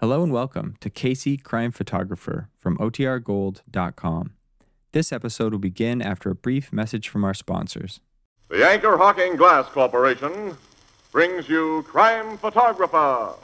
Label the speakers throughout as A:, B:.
A: Hello and welcome to Casey Crime Photographer from OTRGold.com. This episode will begin after a brief message from our sponsors.
B: The Anchor Hawking Glass Corporation brings you Crime Photographer.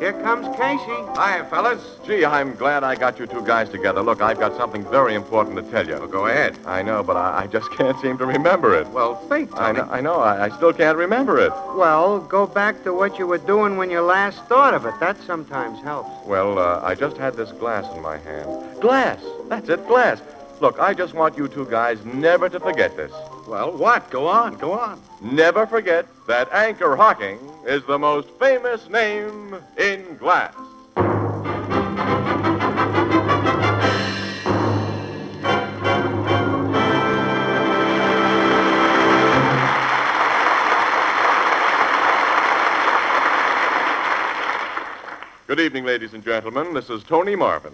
C: Here comes Casey.
B: Hi, fellas. Gee, I'm glad I got you two guys together. Look, I've got something very important to tell you.
C: Well, go ahead.
B: I know, but I, I just can't seem to remember it.
C: Well, think,
B: I
C: Tony.
B: know, I, know I, I still can't remember it.
C: Well, go back to what you were doing when you last thought of it. That sometimes helps.
B: Well, uh, I just had this glass in my hand. Glass! That's it, glass. Look, I just want you two guys never to forget this.
C: Well, what? Go on, go on.
B: Never forget that Anchor Hawking is the most famous name in glass. Good evening, ladies and gentlemen. This is Tony Marvin.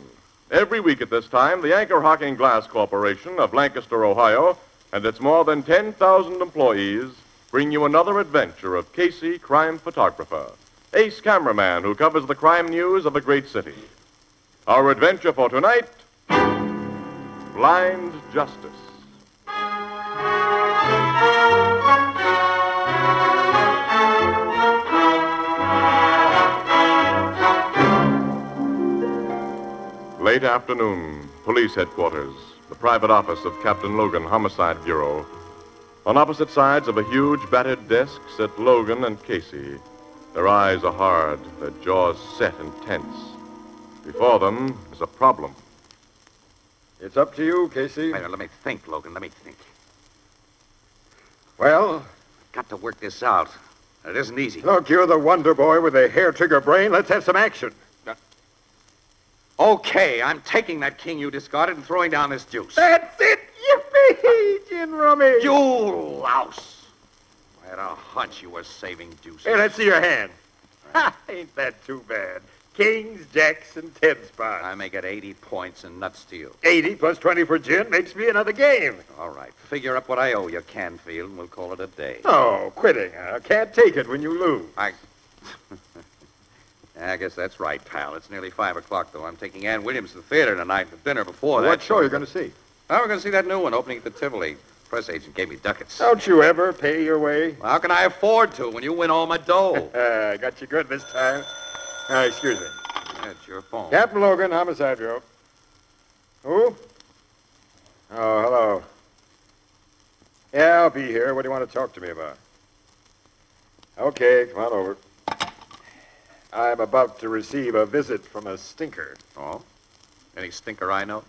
B: Every week at this time, the Anchor Hocking Glass Corporation of Lancaster, Ohio, and its more than 10,000 employees bring you another adventure of Casey, crime photographer, ace cameraman who covers the crime news of a great city. Our adventure for tonight Blind Justice. Late afternoon, police headquarters, the private office of Captain Logan, Homicide Bureau. On opposite sides of a huge, battered desk sit Logan and Casey. Their eyes are hard, their jaws set and tense. Before them is a problem.
D: It's up to you, Casey.
E: Wait, let me think, Logan. Let me think.
D: Well,
E: Got to work this out. It isn't easy.
D: look, you're the wonder boy with a hair trigger brain. Let's have some action.
E: Okay, I'm taking that king you discarded and throwing down this deuce.
D: That's it! Yippee! Gin rummy!
E: You louse! I had a hunch you were saving deuces.
D: Hey, let's see your hand. Ha! Ain't that too bad? Kings, jacks, and ten spots.
E: I may get 80 points in nut steel.
D: 80 plus 20 for gin makes me another game.
E: All right, figure up what I owe you, Canfield, and we'll call it a day.
D: Oh, quitting. huh? can't take it when you lose.
E: I... I guess that's right, pal. It's nearly 5 o'clock, though. I'm taking Ann Williams to the theater tonight, the dinner before that.
D: what show you going to see?
E: Now we're going to see that new one opening at the Tivoli. Press agent gave me ducats.
D: Don't you ever pay your way?
E: How can I afford to when you win all my dough?
D: Uh, got you good this time. Uh, excuse me.
E: That's your phone.
D: Captain Logan, Homicide Bureau. Who? Oh, hello. Yeah, I'll be here. What do you want to talk to me about? Okay, come on over. I'm about to receive a visit from a stinker.
E: Oh? Any stinker I know?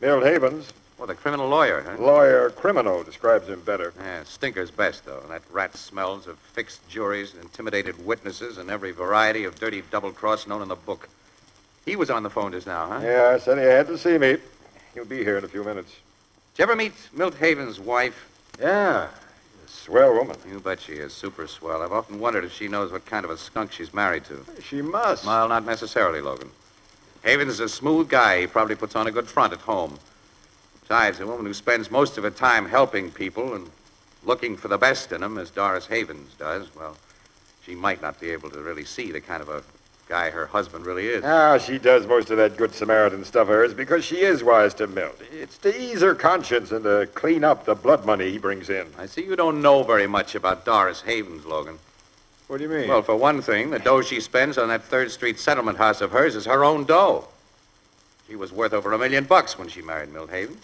D: Bill Havens,
E: Well, the criminal lawyer, huh?
D: lawyer criminal, describes him better.
E: Yeah, stinker's best, though. That rat smells of fixed juries, intimidated witnesses, and every variety of dirty double cross known in the book. He was on the phone just now, huh?
D: Yeah, I said he had to see me. He'll be here in a few minutes.
E: Did you ever meet Milt Haven's wife?
D: Yeah, swell woman.
E: You bet she is super swell. I've often wondered if she knows what kind of a skunk she's married to.
D: She must.
E: Well, not necessarily, Logan. Havens is a smooth guy. He probably puts on a good front at home. Besides, a woman who spends most of her time helping people and looking for the best in them, as Doris Havens does, well, she might not be able to really see the kind of a guy her husband really is.
D: Ah, she does most of that good Samaritan stuff of hers because she is wise to Milt. It's to ease her conscience and to clean up the blood money he brings in.
E: I see you don't know very much about Doris Havens, Logan.
D: What do you mean?
E: Well, for one thing, the dough she spends on that Third Street settlement house of hers is her own dough. She was worth over a million bucks when she married Milt Havens.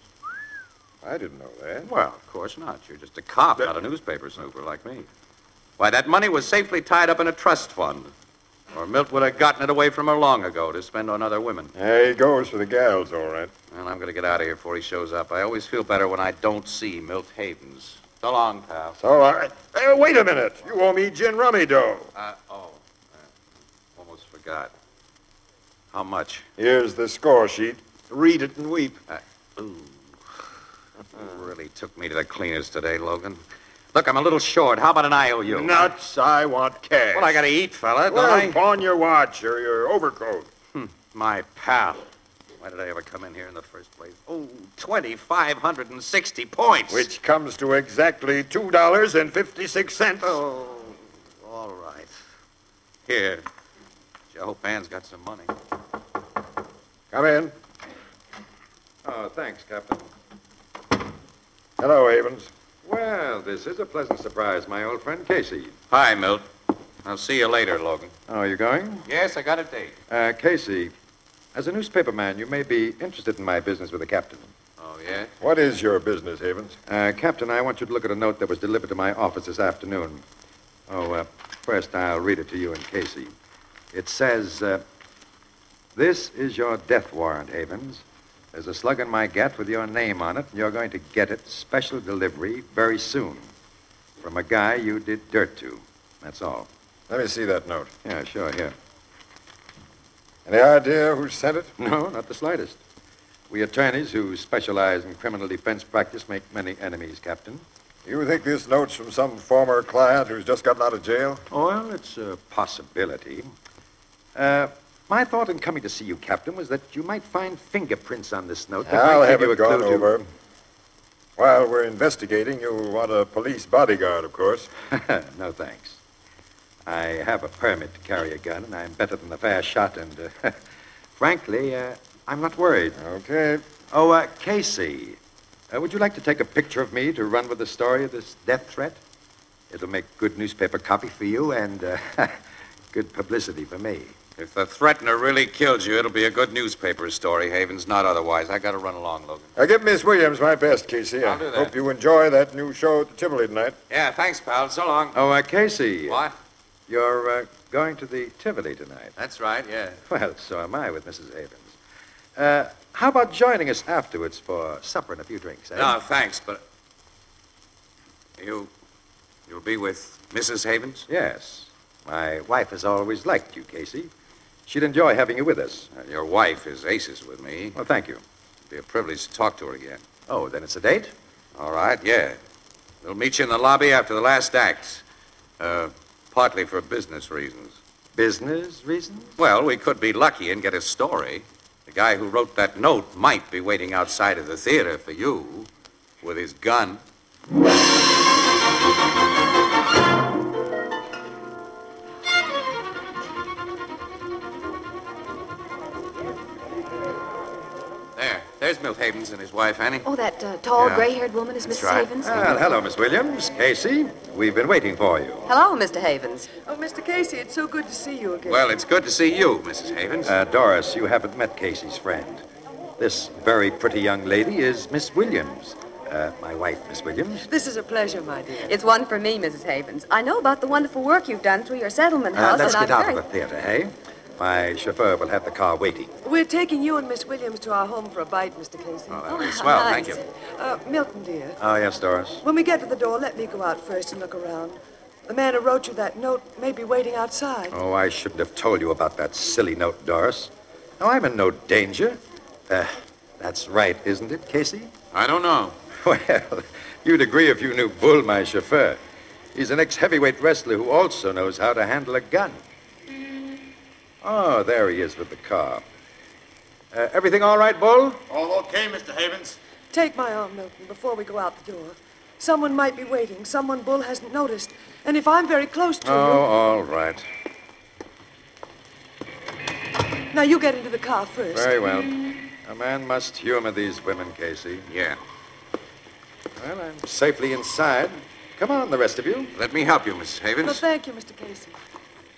D: I didn't know that.
E: Well, of course not. You're just a cop, not a newspaper snooper like me. Why, that money was safely tied up in a trust fund. Or Milt would have gotten it away from her long ago to spend on other women.
D: There he goes for the gals, all right.
E: Well, I'm going to get out of here before he shows up. I always feel better when I don't see Milt Havens. So long, pal.
D: So, all right. Hey, wait a minute. You owe me gin rummy dough.
E: Uh, oh, uh, almost forgot. How much?
D: Here's the score sheet. Read it and weep.
E: Ooh. really took me to the cleaners today, Logan. Look, I'm a little short. How about an IOU?
D: Nuts, I want cash.
E: Well, I got to eat, fella, don't
D: Well,
E: I?
D: pawn your watch or your overcoat.
E: My pal. Why did I ever come in here in the first place? Oh, 2,560 points.
F: Which comes to exactly $2.56.
E: Oh, all right. Here. Joe Pan's got some money.
F: Come in.
G: Oh, thanks, Captain.
F: Hello, Havens.
G: Well, this is a pleasant surprise, my old friend Casey.
E: Hi, Milt. I'll see you later, Logan.
G: Oh, you going?
E: Yes, I got a date.
G: Uh, Casey, as a newspaper man, you may be interested in my business with the captain.
E: Oh, yeah?
F: What is your business, Havens?
G: Uh, captain, I want you to look at a note that was delivered to my office this afternoon. Oh, uh, first I'll read it to you and Casey. It says, uh, This is your death warrant, Havens. There's a slug in my gat with your name on it, and you're going to get it special delivery very soon from a guy you did dirt to. That's all.
F: Let me see that note.
G: Yeah, sure, here.
F: Any idea who sent it?
G: No, not the slightest. We attorneys who specialize in criminal defense practice make many enemies, Captain.
F: You think this note's from some former client who's just gotten out of jail?
G: Well, it's a possibility. Uh, my thought in coming to see you, Captain, was that you might find fingerprints on this note. that
F: I'll
G: might
F: have
G: give you
F: it
G: a clue
F: gone
G: to-
F: over. While we're investigating, you want a police bodyguard, of course.
G: no, thanks. I have a permit to carry a gun, and I'm better than a fair shot, and uh, frankly, uh, I'm not worried.
F: Okay.
G: Oh, uh, Casey, uh, would you like to take a picture of me to run with the story of this death threat? It'll make good newspaper copy for you and uh, good publicity for me.
E: If the threatener really kills you, it'll be a good newspaper story, Havens, not otherwise. I gotta run along, Logan.
F: Now, give Miss Williams my best, Casey.
E: I'll do
F: I
E: that.
F: hope you enjoy that new show at the Tivoli tonight.
E: Yeah, thanks, pal. So long.
G: Oh, uh, Casey,
E: What?
G: you're uh, going to the Tivoli tonight.
E: That's right, yeah.
G: Well, so am I with Mrs. Havens. Uh, how about joining us afterwards for supper and a few drinks? Eh?
E: No, thanks, but. You. You'll be with Mrs. Havens?
G: Yes. My wife has always liked you, Casey. She'd enjoy having you with us.
E: Uh, Your wife is aces with me.
G: Well, thank you.
E: It'd be a privilege to talk to her again.
G: Oh, then it's a date?
E: All right, yeah. We'll meet you in the lobby after the last act. Uh, partly for business reasons.
G: Business reasons?
E: Well, we could be lucky and get a story. The guy who wrote that note might be waiting outside of the theater for you with his gun. There. There's Milt Havens and his wife, Annie.
H: Oh, that uh, tall,
E: Yeah.
H: gray haired woman is Mrs.
E: right.
H: Havens.
G: Well, hello, Miss Williams. Casey, we've been waiting for you.
H: Hello, Mr. Havens.
I: Oh, Mr. Casey, it's so good to see you again.
E: Well, it's good to see you, Mrs. Havens.
G: Uh, Doris, you haven't met Casey's friend. This very pretty young lady is Miss Williams. Uh, my wife, Miss Williams.
I: this is a pleasure, my dear.
H: It's one for me, Mrs. Havens. I know about the wonderful work you've done through your settlement
G: Uh,
H: house,
G: let's
H: and
G: get
H: I'm
G: out of
H: very.
G: the theater, hey? My chauffeur will have the car waiting.
I: We're taking you and Miss Williams to our home for a bite, Mr. Casey.
E: Oh, that'll be swell, thank you.
I: Uh, Milton, dear,
G: Oh, yes, Doris.
I: when we get to the door, let me go out first and look around. The man who wrote you that note may be waiting outside.
G: Oh, I shouldn't have told you about that silly note, Doris. Oh, I'm in no danger. Uh, that's right, isn't it, Casey?
E: I don't know.
G: Well, you'd agree if you knew Bull, my chauffeur. He's an ex heavyweight wrestler who also knows how to handle a gun. Oh, there he is with the car. Uh, everything all right, Bull?
D: All okay, Mr. Havens?
I: Take my arm, Milton, before we go out the door. Someone might be waiting, someone Bull hasn't noticed. And if I'm very close to
G: Oh, all right.
I: you. Now, you get into the car first.
G: Very well. A man must humor these women, Casey.
E: Yeah.
G: Well, I'm safely inside. Come on, the rest of you.
E: Let me help you, Mrs.
I: Well,
E: Havens.
I: thank you, Mr. Casey.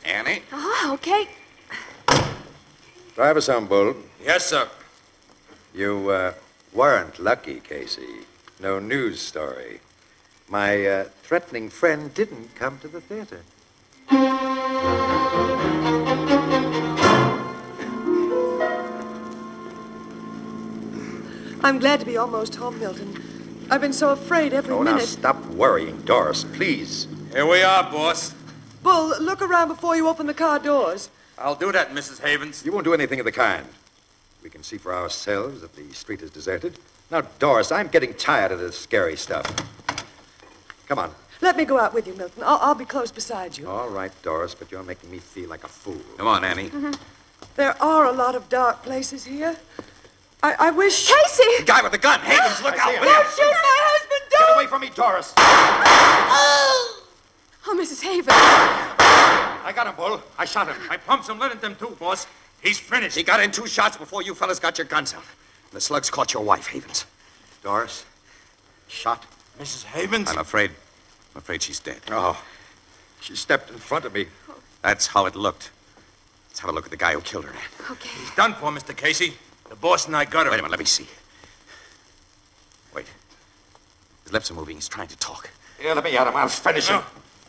E: Annie?
H: Ah, okay.
G: Drive us home, Bull.
E: Yes, sir.
G: You uh, weren't lucky, Casey. No news story. My uh, threatening friend didn't come to the theater.
I: I'm glad to be almost home, Milton. I've been so afraid every
G: Oh, now
I: minute.
G: stop worrying, Doris, please.
D: Here we are, boss.
I: Bull, look around before you open the car doors.
D: I'll do that, Mrs. Havens.
G: You won't do anything of the kind. We can see for ourselves that the street is deserted. Now, Doris, I'm getting tired of this scary stuff. Come on.
I: Let me go out with you, Milton. I'll, I'll be close beside you.
G: All right, Doris, but you're making me feel like a fool.
E: Come on, Annie.
I: There are a lot of dark places here. I, I wish.
H: Casey!
E: The guy with the gun.
G: Ah!
E: Havens, look out. will you?
H: Don't shoot my husband! Don't!
E: Get away from me, Doris.
H: Oh! Oh, Mrs. Haven.
E: I got him, Bull. I shot him.
D: I pumped some lead in them too, boss. He's finished.
E: He got in two shots before you fellas got your guns out. And the slugs caught your wife, Havens. Doris, shot.
D: Mrs. Havens?
E: I'm afraid. I'm afraid she's dead.
G: Oh, she stepped in front of me.
E: That's how it looked. Let's have a look at the guy who killed her.
H: Okay.
D: He's done for, Mr. Casey. The boss and I
E: Wait
D: got
E: a
D: him.
E: minute, let me see. Wait. His lips are moving. He's trying to talk.
G: Here, let me at him. I'll finish him.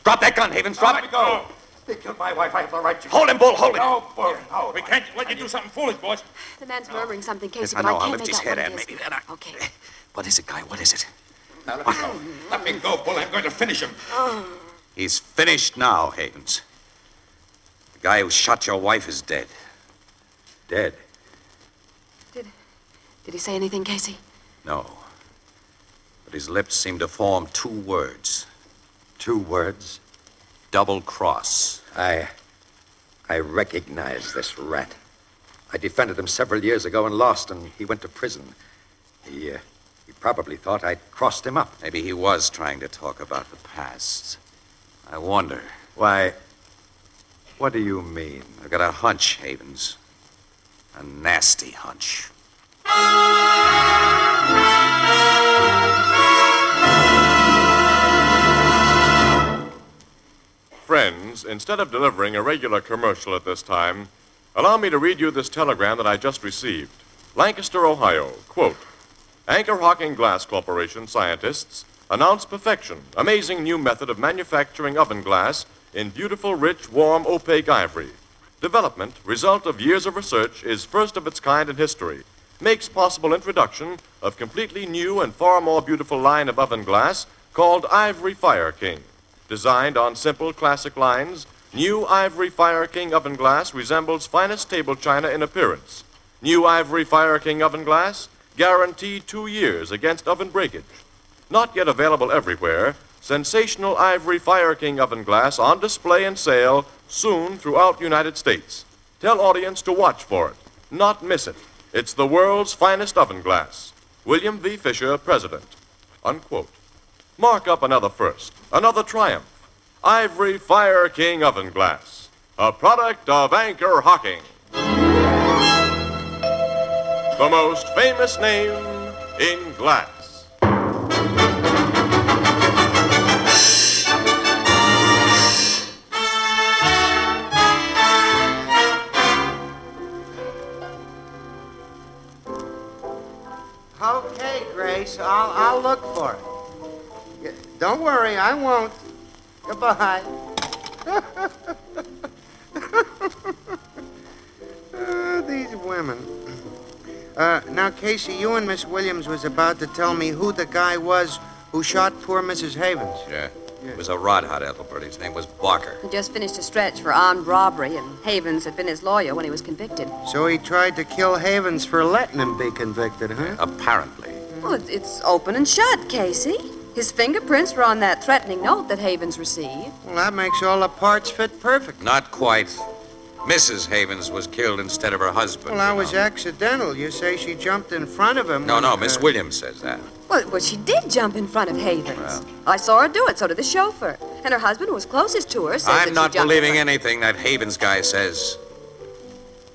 E: Drop that gun, Havens. Drop
G: Let
E: it.
G: me go. They killed my wife. I have the right to.
E: Hold him, Bull. Hold him.
G: No, Bull. No.
D: We can't let you do something foolish, boss.
H: The man's murmuring something,
E: Yes,
H: Casey,
E: Oh, I
H: but I
E: know.
H: can't
E: I'll lift
H: make
E: his
H: out
E: head
H: what
E: and
H: it is.
E: maybe then I...
H: Okay.
E: What is it, guy? What is it?
G: Now, let me go.
D: Let me go, Bull. I'm going to finish him.
E: He's finished now, Havens. The guy who shot your wife is dead. Dead?
H: Did he say anything, Casey?
E: No. But his lips seem to form two words
G: Two words.
E: double cross.
G: I. I recognize this rat. I defended him several years ago and lost, and he went to prison. He, uh, he probably thought I'd crossed him up.
E: Maybe he was trying to talk about the past. I wonder.
G: Why? What do you mean?
E: I've got a hunch, Havens. A nasty hunch.
B: Friends, instead of delivering a regular commercial at this time, allow me to read you this telegram that I just received. Lancaster, Ohio. Quote Anchor Hawking Glass Corporation scientists announce perfection, amazing new method of manufacturing oven glass in beautiful, rich, warm, opaque ivory. Development, result of years of research, is first of its kind in history. Makes possible introduction of completely new and far more beautiful line of oven glass called Ivory Fire King. Designed on simple classic lines, new Ivory Fire King oven glass resembles finest table china in appearance. New Ivory Fire King oven glass, guaranteed two years against oven breakage. Not yet available everywhere, sensational Ivory Fire King oven glass on display and sale soon throughout United States. Tell audience to watch for it, not miss it. It's the world's finest oven glass. William V. Fisher, President. Unquote. Mark up another first, another triumph. Ivory Fire King Oven Glass, a product of Anchor Hocking. The most famous name in glass.
C: Okay, Grace, I'll, I'll look for it. Y- Don't worry, I won't. Goodbye. Uh, these women. Uh, now, Casey, you and Miss Williams was about to tell me who the guy was who shot poor Mrs. Havens.
E: Yeah. It was a rod hot, Ethelbert. His name was Barker.
H: He just finished a stretch for armed robbery, and Havens had been his lawyer when he was convicted.
C: So he tried to kill Havens for letting him be convicted, huh?
E: Apparently.
H: Well, it, it's open and shut, Casey. His fingerprints were on that threatening note that Havens received.
C: Well, that makes all the parts fit perfect.
E: Not quite. Mrs. Havens was killed instead of her husband.
C: Well, that
E: you
C: was
E: know. accidental.
C: accidental. You say she jumped in front of him.
E: No,
C: when,
E: no,
C: uh,
E: Miss Williams says that.
H: Well, well, she did jump in front of Havens. I saw her do it, so did the chauffeur. And her husband, who was closest to her, says that
E: I'm
H: she
E: not
H: jumped in
E: believing
H: front-
E: anything that Havens guy says.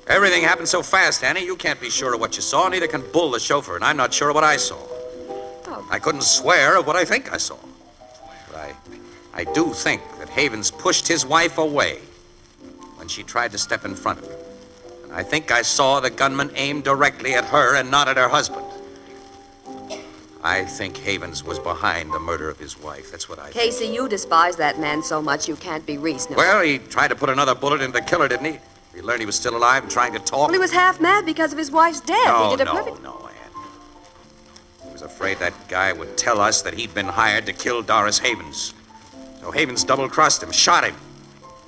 E: Everything happened so fast, Annie. You can't be sure of what you saw, neither can Bull the chauffeur, and I'm not sure of what I saw.
H: Oh.
E: I couldn't swear of what I think I saw. But I, I do think that Havens pushed his wife away when she tried to step in front of him. And I think I saw the gunman aim directly at her and not at her husband. I think Havens was behind the murder of his wife. That's what I think.
H: Casey, you despise that man so much you can't be reasonable.
E: Well, he tried to put another bullet into the killer, didn't he? He learned he was still alive and trying to talk.
H: Well, he was half mad because of his wife's death.
E: no,
H: he did
E: no,
H: a perfect.
E: no, Ann. He was afraid that guy would tell us that he'd been hired to kill Doris Havens. So Havens double-crossed him, shot him.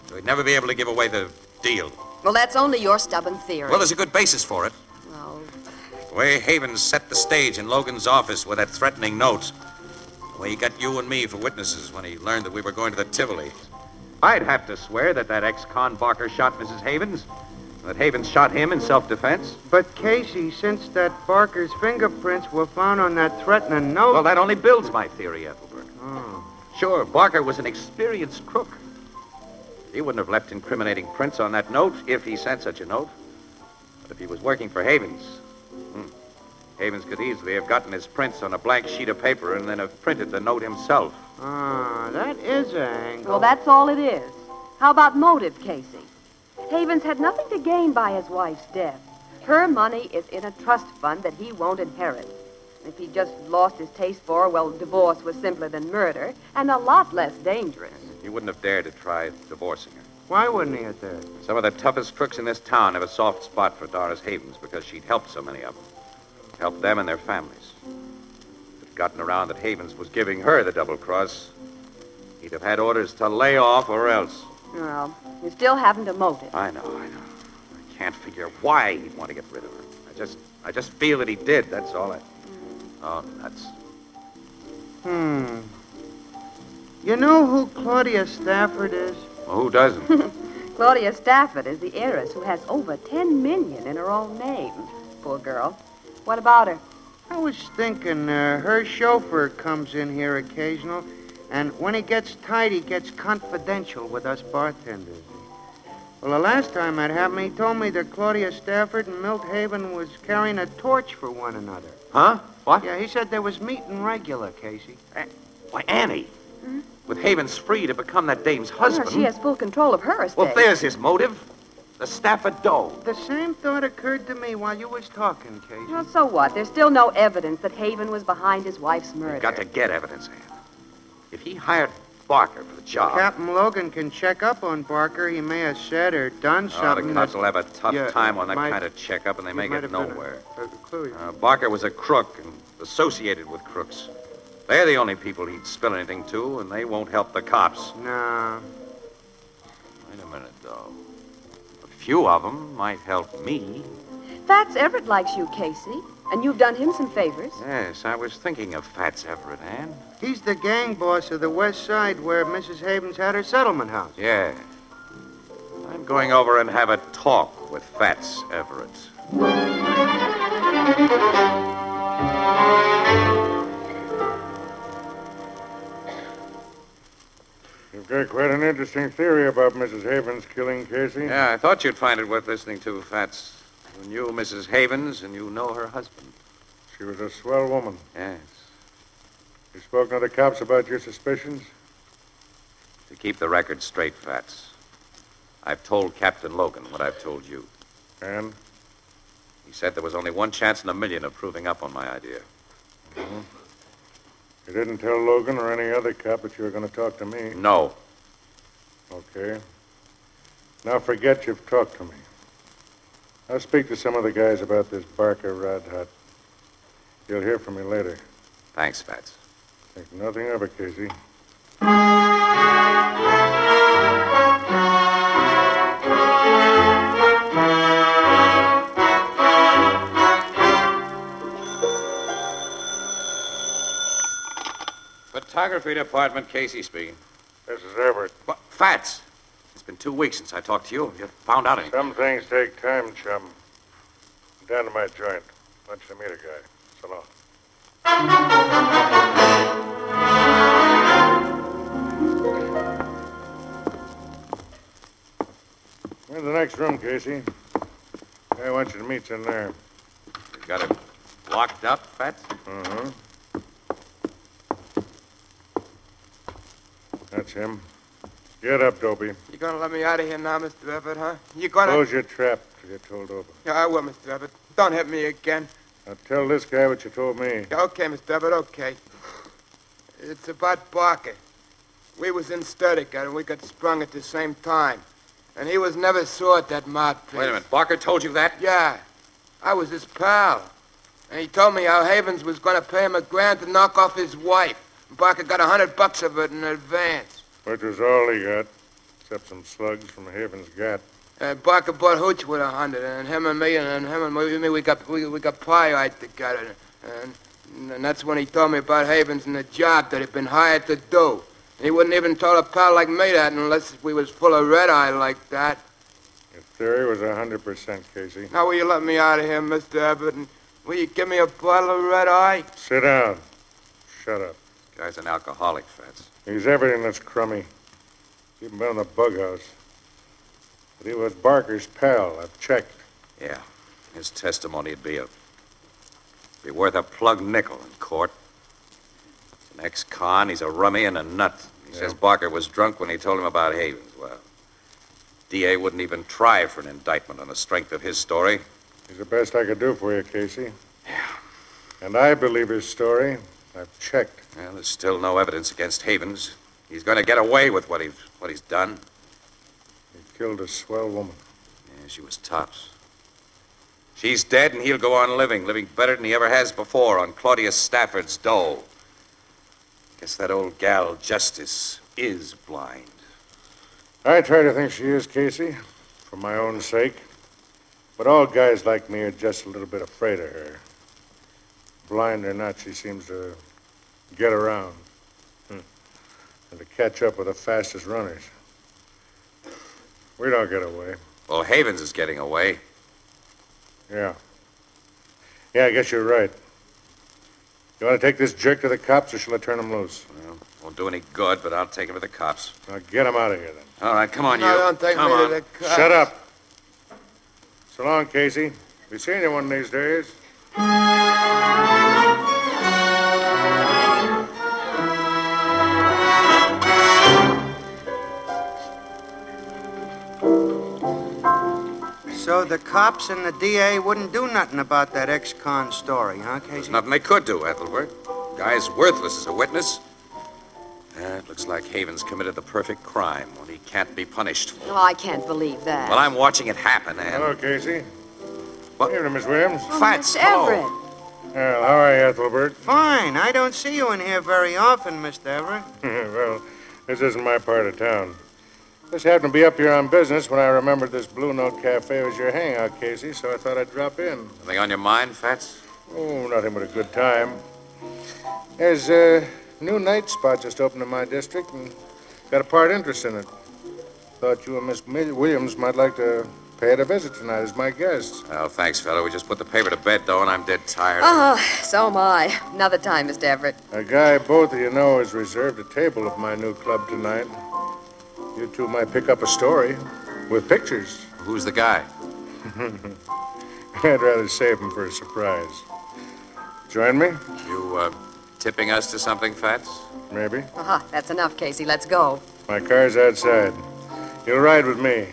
E: So he'd never be able to give away the deal.
H: Well, that's only your stubborn theory.
E: Well, there's a good basis for it.
H: Well,
E: The way Havens set the stage in Logan's office with that threatening note. The way he got you and me for witnesses when he learned that we were going to the Tivoli. I'd have to swear that that ex-con Barker shot Mrs. Havens. That Havens shot him in self defense?
C: But Casey, since that Barker's fingerprints were found on that threatening note.
E: Well, that only builds my theory, Ethelbert.
C: Oh.
E: Sure, Barker was an experienced crook. He wouldn't have left incriminating prints on that note if he sent such a note. But if he was working for Havens, hmm, Havens could easily have gotten his prints on a blank sheet of paper and then have printed the note himself.
C: Ah, that is an angle.
J: Well, that's all it is. How about motive, Casey? Havens had nothing to gain by his wife's death. Her money is in a trust fund that he won't inherit. If he just lost his taste for, her, well, divorce was simpler than murder and a lot less dangerous.
E: He wouldn't have dared to try divorcing her.
C: Why wouldn't he have that?
E: Some of the toughest crooks in this town have a soft spot for Doris Havens because she'd helped so many of them. Helped them and their families. If it gotten around that Havens was giving her the double cross, he'd have had orders to lay off or else.
J: Well, you still haven't a motive.
E: I know, I know. I can't figure why he'd want to get rid of her. I just, I just feel that he did. That's all. I, oh, nuts.
C: Hmm. You know who Claudia Stafford is?
E: Well, who doesn't?
J: Claudia Stafford is the heiress who has over ten million in her own name. Poor girl. What about her?
C: I was thinking uh, her chauffeur comes in here occasional, and when he gets tight, he gets confidential with us bartenders. Well, the last time that happened, he told me that Claudia Stafford and Milt Haven was carrying a torch for one another.
E: huh? What?
C: Yeah, he said they was meeting regular, Casey.
E: Why, Annie. With Havens free to become that dame's husband.
J: Well, Hmm? Oh, she has full control of her estate.
E: Well, there's his motive. The Stafford Doe.
C: The same thought occurred to me while you was talking, Casey.
J: Well, so what? There's still no evidence that Haven was behind his wife's murder.
E: You've got to get evidence, Ann. If he hired Barker for the job,
C: Captain Logan can check up on Barker. He may have said or done
E: oh, the
C: something.
E: cops will have a tough
C: Yeah,
E: time on that
C: might-
E: kind of checkup, and they may
C: might
E: get
C: have been a-
E: nowhere.
C: a clue.
E: Uh, Barker was a crook and associated with crooks. They're the only people he'd spill anything to, and they won't help the cops.
C: No.
E: Wait a minute, though. A few of them might help me.
J: Fats Everett likes you, Casey, and you've done him some favors.
E: Yes, I was thinking of Fats Everett, Ann.
C: He's the gang boss of the west side where Mrs. Havens had her settlement house.
E: Yeah. I'm going over and have a talk with Fats Everett.
F: You've got quite an interesting theory about Mrs. Havens killing Casey.
E: Yeah, I thought you'd find it worth listening to, Fats. You knew Mrs. Havens, and you know her husband.
F: She was a swell woman.
E: Yes.
F: You spoke to the cops about your suspicions?
E: To keep the record straight, Fats, I've told Captain Logan what I've told you.
F: And?
E: He said there was only one chance in a million of proving up on my idea.
F: You didn't tell Logan or any other cop that you were going to talk to me.
E: No.
F: Okay. Now forget you've talked to me. I'll speak to some of the guys about this Barker Rod Hut. You'll hear from me later.
E: Thanks, Fats.
F: Think nothing of it, Casey.
E: Photography department, Casey speaking.
F: This is Everett.
E: What? Fats! It's been two weeks since I talked to you. Have you found out anything?
F: Some things take time, chum. Down to my joint. Lunch to meet a guy. So long. We're in the next room, Casey. I want you to meet's in there.
E: You got him locked up, Fats?
F: Mm-hmm. That's him. Get up, Dopey.
K: You gonna let me out of here now, Mr. Everett, huh? You gonna?
F: Close your trap till you're told over.
K: Yeah, I will, Mr. Everett. Don't hit me again.
F: Now tell this guy what you told me.
K: Yeah, okay, Mr. Everett, okay. It's about Barker. We was in Sturdica and we got sprung at the same time. And he was never sore at that mouthpiece.
E: Wait a minute. Barker told you that?
K: Yeah. I was his pal. And he told me how Havens was gonna pay him a grand to knock off his wife. Barker got a hundred bucks of it in advance.
F: Which was all he got, except some slugs from Haven's Gap.
K: And Barker bought Hooch with a hundred, and him and me, and, and him and me, we- we got we, we got pie-eyed together. And, and that's when he told me about Havens and the job that he'd been hired to do. And he wouldn't even tell a pal like me that unless we was full of red eye like that.
F: You theory was 100%, Casey.
K: Now, will you let me out of here, Mr. Everton? Will you give me a bottle of red eye?
F: Sit down. Shut up.
E: Guy's an alcoholic, Fats.
F: He's everything that's crummy. He's even been in the bug house. But he was Barker's pal. I've checked.
E: Yeah. His testimony would be a. be worth a plug nickel in court. He's an ex con. He's a rummy and a nut. He says Barker was drunk when he told him about Havens. Well, DA wouldn't even try for an indictment on the strength of his story.
F: He's the best I could do for you, Casey. Yeah. And I believe his story. I've checked.
E: Well, there's still no evidence against Havens. He's going to get away with what, he, what he's done.
F: He killed a swell woman.
E: Yeah, she was tops. She's dead, and he'll go on living, living better than he ever has before on Claudius Stafford's dole. Guess that old gal, Justice, is blind.
F: I try to think she is, Casey, for my own sake. But all guys like me are just a little bit afraid of her. Blind or not, she seems to get around Hmm. and to catch up with the fastest runners. We don't get away.
E: Well, Havens is getting away.
F: Yeah. Yeah, I guess you're right. You want to take this jerk to the cops, or shall I turn him loose?
E: Won't do any good, but I'll take him to the cops.
F: Now get him out of here, then.
E: All right, come on,
F: No,
E: you.
F: don't take
E: come
F: me to
E: on.
F: the Shut up. So long, Casey. Be seeing you one of these days.
C: So the cops and the DA wouldn't do nothing about that ex-con story, huh,
E: There's
C: Casey?
E: nothing they could do, Ethelbert. Guy's worthless as a witness. Eh, it looks like Havens committed the perfect crime, one he can't be punished for.
H: Oh, I can't believe that.
E: Well, I'm watching it happen, and
F: Hello, Casey. What? Evening, Miss Williams.
H: Fats, Oh, Miss hello. Everett.
F: Well, how are you, Ethelbert?
C: Fine. I don't see you in here very often, Mr. Everett.
F: well, this isn't my part of town. Just happened to be up here on business when I remembered this Blue Note Cafe was your hangout, Casey, so I thought I'd drop in.
E: Nothing on your mind, Fats?
F: Oh, nothing but a good time. There's a new night spot just opened in my district, and got a part interest in it. Thought you and Miss Mi- Williams might like to pay it a visit tonight as my guests.
E: Well, thanks, fella. We just put the paper to bed, though, and I'm dead tired.
H: Oh, so am I. Another time, Mr. Everett.
F: A guy both of you know has reserved a table at my new club tonight. You two might pick up a story with pictures.
E: Who's the guy?
F: I'd rather save him for a surprise. Join me?
E: You, uh, tipping us to something, Fats?
F: Maybe.
H: Aha, that's enough, Casey. Let's go.
F: My car's outside. You'll ride with me.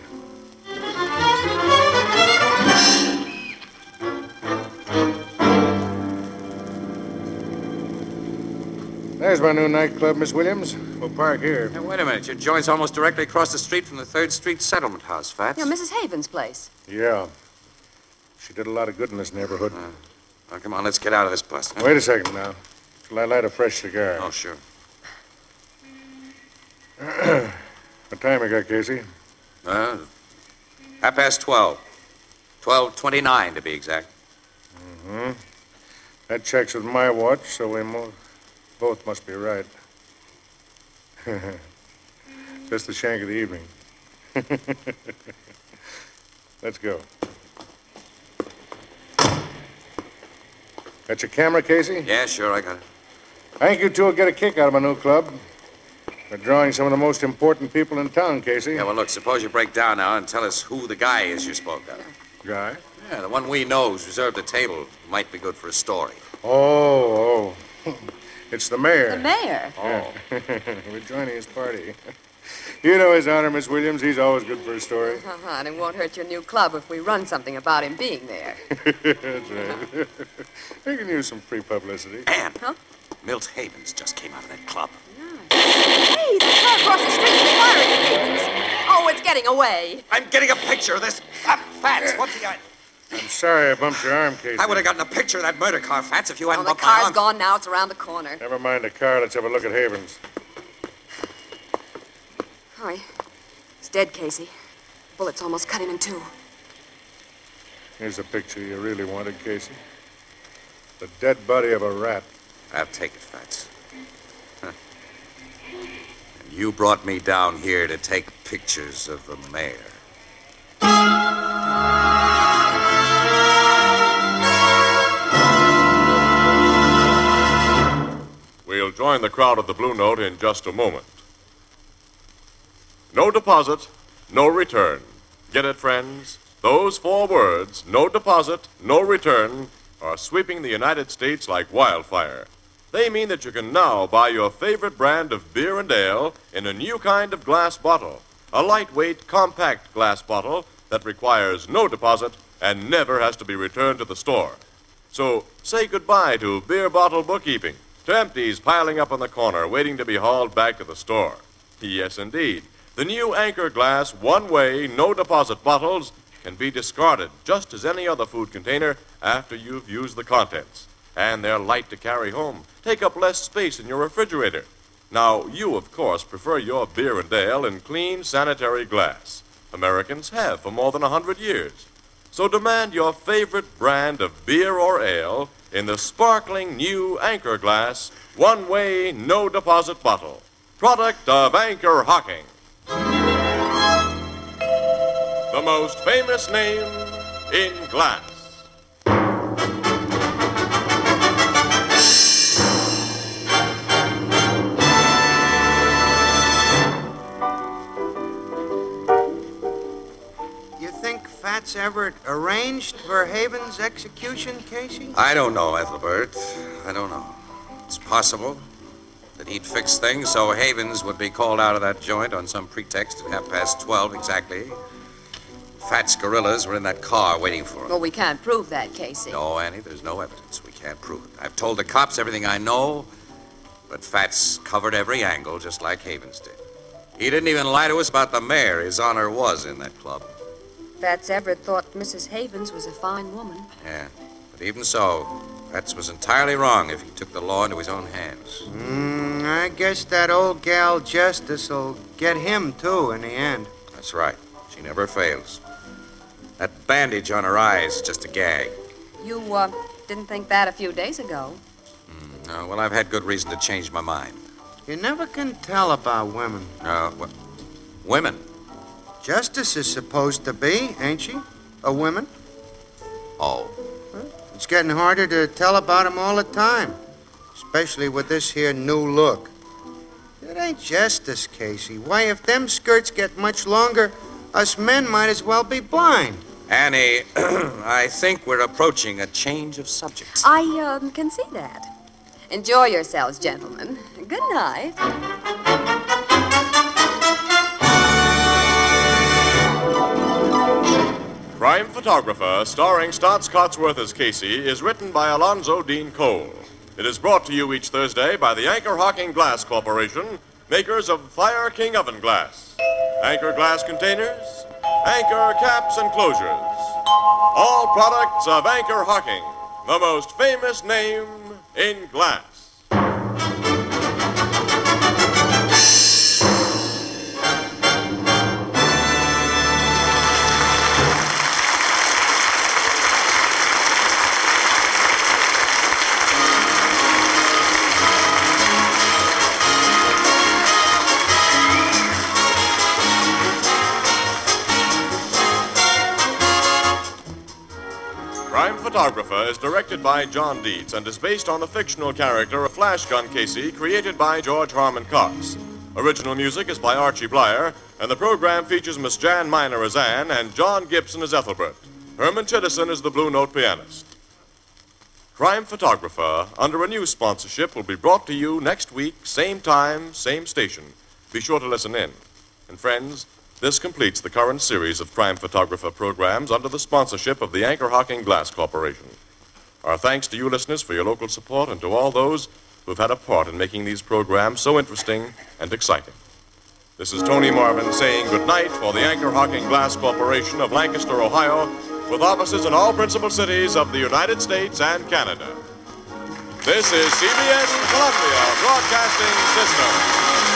F: There's my new nightclub, Miss Williams. We'll park here.
E: Now, wait a minute. Your joint's almost directly across the street from the Third Street Settlement House, Fats.
H: You know, Mrs. Haven's place.
F: Yeah. She did a lot of good in this neighborhood.
E: Well, Oh, come on, let's get out of this bus. huh?
F: Wait a second now. Till I light a fresh cigar.
E: Oh, sure.
F: What time you got, Casey?
E: Uh, half past twelve. Twelve twenty-nine, to be exact.
F: hmm That checks with my watch, so we mo- both must be right. Just the shank of the evening. Let's go. Got your camera, Casey?
E: Yeah, sure, I got it.
F: I think you two will get a kick out of my new club. We're drawing some of the most important people in town, Casey.
E: Yeah, well, look, suppose you break down now and tell us who the guy is you spoke of.
F: Guy?
E: Yeah, the one we know who's reserved a table. Might be good for a story.
F: Oh, oh. it's the mayor.
H: The mayor.
F: Oh. We're joining his party. You know his honor, Miss Williams. He's always good for a story.
H: Uh-huh, and it won't hurt your new club if we run something about him being there.
F: That's right. they can use some free publicity.
E: Man,
H: Huh?
E: Milt Havens just came out of that club.
H: Hey, the car across the street is firing at Havens. Oh, it's getting away.
E: I'm getting a picture of this. Up, Fats, what's the... I,
F: I'm sorry I bumped your arm, Casey.
E: I would have gotten a picture of that murder car, Fats, if you
H: Oh,
E: hadn't
H: the
E: bumped my
H: car's
E: arm.
H: gone now. It's around the corner.
F: Never mind the car. Let's have a look at Havens.
H: Hurry. He's dead, Casey. Bullets almost cut him in two.
F: Here's the picture you really wanted, Casey. The dead body of a rat.
E: I'll take it, Fats. Huh. And you brought me down here to take pictures of the mayor.
B: We'll join the crowd at the Blue Note in just a moment. No deposit, no return. Get it, friends? Those four words, no deposit, no return, are sweeping the United States like wildfire. They mean that you can now buy your favorite brand of beer and ale in a new kind of glass bottle, a lightweight, compact glass bottle that requires no deposit and never has to be returned to the store. So say goodbye to beer bottle bookkeeping, to empties piling up on the corner waiting to be hauled back to the store. Yes, indeed. The new Anchor Glass one way, no deposit bottles can be discarded just as any other food container after you've used the contents. And they're light to carry home, take up less space in your refrigerator. Now, you, of course, prefer your beer and ale in clean, sanitary glass. Americans have for more than a 100 years. So demand your favorite brand of beer or ale in the sparkling new Anchor Glass one way, no deposit bottle. Product of Anchor Hocking. The most famous name in glass.
C: You think Fats Everett arranged for Haven's execution, Casey?
E: I don't know, Ethelbert. I don't know. It's possible that he'd fix things so Havens would be called out of that joint on some pretext at half past 12 exactly. Fats gorillas were in that car waiting for him.
H: Well, we can't prove that, Casey.
E: No, Annie, there's no evidence. We can't prove it. I've told the cops everything I know, but Fats covered every angle just like Havens did. He didn't even lie to us about the mayor. His honor was in that club.
H: Fats Everett thought Mrs. Havens was a fine woman.
E: Yeah. But even so, Fats was entirely wrong if he took the law into his own hands.
C: Mm, I guess that old gal Justice will get him, too, in the end.
E: That's right. She never fails. That bandage on her eye is just a gag.
H: You uh, didn't think that a few days ago.
E: No, well, I've had good reason to change my mind.
C: You never can tell about women.
E: Uh, what? Women?
C: Justice is supposed to be, ain't she? A woman?
E: Oh.
C: It's getting harder to tell about 'em all the time, especially with this here new look. It ain't justice, Casey. Why, if them skirts get much longer, us men might as well be blind.
E: Annie, I think we're approaching a change of subject.
H: I um, can see that. Enjoy yourselves, gentlemen. Good night.
B: Crime Photographer, starring Stotts Cotsworth as Casey, is written by Alonzo Dean Cole. It is brought to you each Thursday by the Anchor Hocking Glass Corporation, makers of Fire King Oven Glass, Anchor Glass Containers, Anchor Caps and Closures. All products of Anchor Hocking, the most famous name in glass. Crime Photographer is directed by John Dietz and is based on the fictional character of Flash Gun Casey, created by George Harmon Cox. Original music is by Archie Blyer, and the program features Miss Jan Miner as Anne and John Gibson as Ethelbert. Herman Chittison is the Blue Note pianist. Crime Photographer, under a new sponsorship, will be brought to you next week, same time, same station. Be sure to listen in. And friends, this completes the current series of crime photographer programs under the sponsorship of the Anchor Hocking Glass Corporation. Our thanks to you listeners for your local support and to all those who've had a part in making these programs so interesting and exciting. This is Tony Marvin saying goodnight for the Anchor Hocking Glass Corporation of Lancaster, Ohio, with offices in all principal cities of the United States and Canada. This is CBS Columbia Broadcasting System.